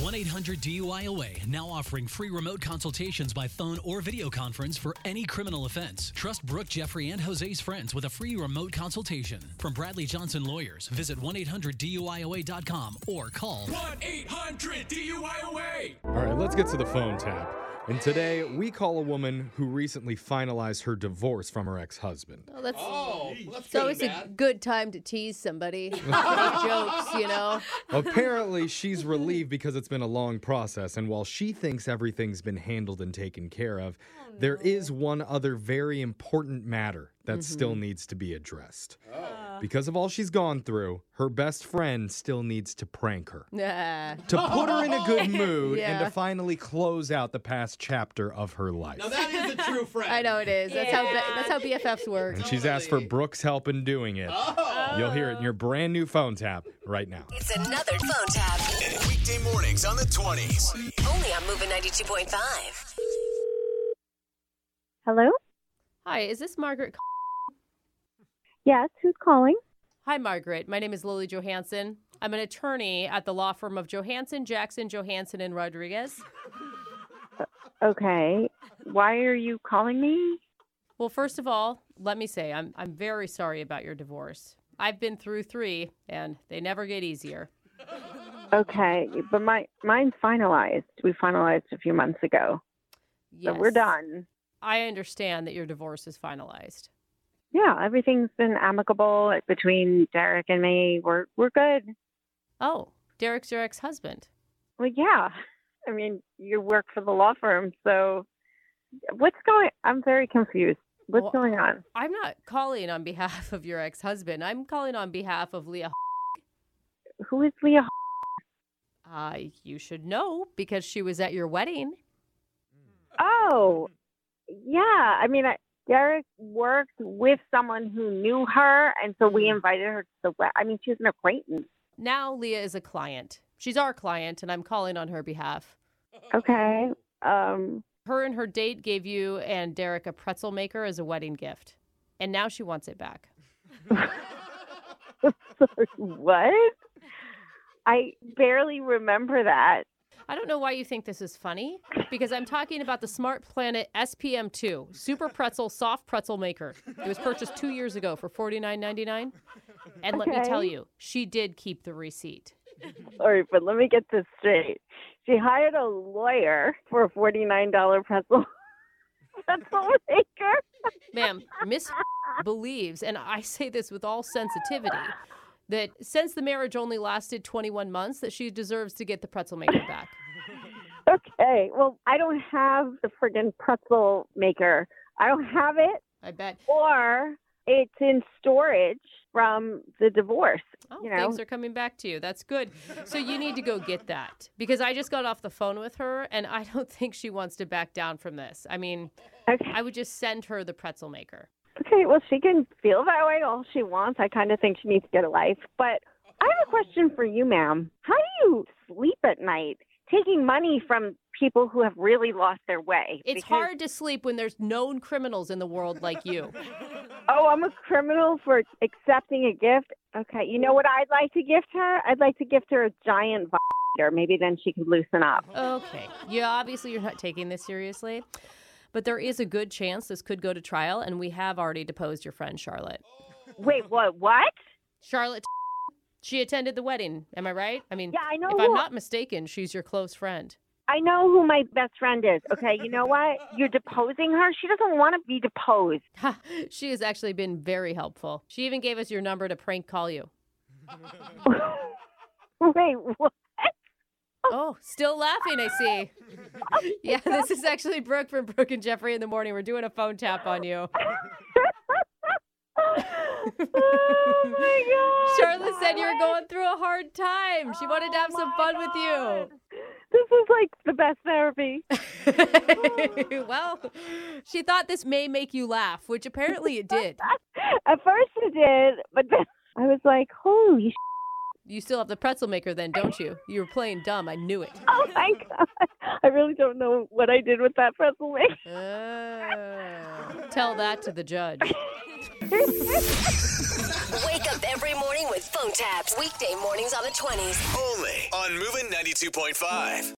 1 800 DUIOA now offering free remote consultations by phone or video conference for any criminal offense. Trust Brooke, Jeffrey, and Jose's friends with a free remote consultation. From Bradley Johnson Lawyers, visit 1 800 DUIOA.com or call 1 800 DUIOA. All right, let's get to the phone tap. And today we call a woman who recently finalized her divorce from her ex-husband. Well, that's Oh, well, that's it's always pretty a bad. good time to tease somebody. Make jokes, you know. Apparently, she's relieved because it's been a long process and while she thinks everything's been handled and taken care of, there is one other very important matter that still needs to be addressed. Because of all she's gone through, her best friend still needs to prank her. Nah. To put her in a good mood and Yeah. to finally close out the past chapter of her life. Now that is a true friend. I know it is. That's how that's how BFFs work. And she's asked for Totally. Brooke's help in doing it. Oh. You'll hear it in your brand new phone tap right now. It's another phone tap. Weekday mornings on the 20s. Only on Moving 92.5. Hello? Hi, is this Margaret? C- Yes, who's calling? Hi, Margaret. My name is Lily Johansson. I'm an attorney at the law firm of Johansson, Jackson, Johansson, and Rodriguez. Okay. Why are you calling me? Well, first of all, let me say I'm I'm very sorry about your divorce. I've been through three, and they never get easier. Okay, but my mine's finalized. We finalized a few months ago. Yes. So we're done. I understand that your divorce is finalized. Yeah, everything's been amicable between Derek and me. We're we're good. Oh, Derek's your ex-husband. Well, yeah. I mean, you work for the law firm, so what's going I'm very confused. What's Well- going on? I'm not calling on behalf of your ex-husband. I'm calling on behalf of Leah. Who is Leah? Uh, you should know because she was at your wedding. Oh, yeah. I mean, I, Derek worked with someone who knew her, and so we invited her to the wedding. I mean, she was an acquaintance. Now Leah is a client. She's our client, and I'm calling on her behalf. Okay. Um. Her and her date gave you and Derek a pretzel maker as a wedding gift, and now she wants it back. What? I barely remember that. I don't know why you think this is funny because I'm talking about the Smart Planet SPM2 Super Pretzel Soft Pretzel Maker. It was purchased two years ago for $49.99. And let me tell Okay. you, she did keep the receipt. All right, but let me get this straight. She hired a lawyer for a forty-nine dollar pretzel pretzel maker. Ma'am, Miss believes, and I say this with all sensitivity, that since the marriage only lasted 21 months, that she deserves to get the pretzel maker back. Okay. Well, I don't have the friggin' pretzel maker. I don't have it. I bet. or it's in storage from the divorce. Oh, You know. things are coming back to you. That's good. So you need to go get that because I just got off the phone with her, and I don't think she wants to back down from this. I mean, Okay. I would just send her the pretzel maker. Okay. Well, she can feel that way all she wants. I kind of think she needs to get a life. But I have a question for you, ma'am. How do you sleep at night taking money from people who have really lost their way? It's Because- hard to sleep when there's known criminals in the world like you. Oh, I'm a criminal for accepting a gift. Okay. You know what I'd like to gift her? I'd like to gift her a giant vibrator. Maybe then she could loosen up. Okay. Yeah, obviously you're not taking this seriously. But there is a good chance this could go to trial, and we have already deposed your friend Charlotte. Wait, what? What? Charlotte, she attended the wedding. Am I right? I mean, Yeah, I know if who I'm not mistaken, she's your close friend. I know who my best friend is. Okay, you know what? You're deposing her. She doesn't want to be deposed. Ha, she has actually been very helpful. She even gave us your number to prank call you. Wait, what? Oh, still laughing, I see. Yeah, this is actually Brooke from Brooke and Jeffrey in the morning. We're doing a phone tap on you. oh my god! Charlotte said you were going through a hard time. She wanted to have some fun with Oh, you. This is like the best therapy. well, she thought this may make you laugh, which apparently it did. At first it did, but then I was like, holy! Sh- You still have the pretzel maker, then, don't you? You were playing dumb. I knew it. oh my god! I really don't know what I did with that pretzel. Oh. Tell that to the judge. Wake up every morning with phone taps. Weekday mornings on the 20s. Only on Moving 92.5.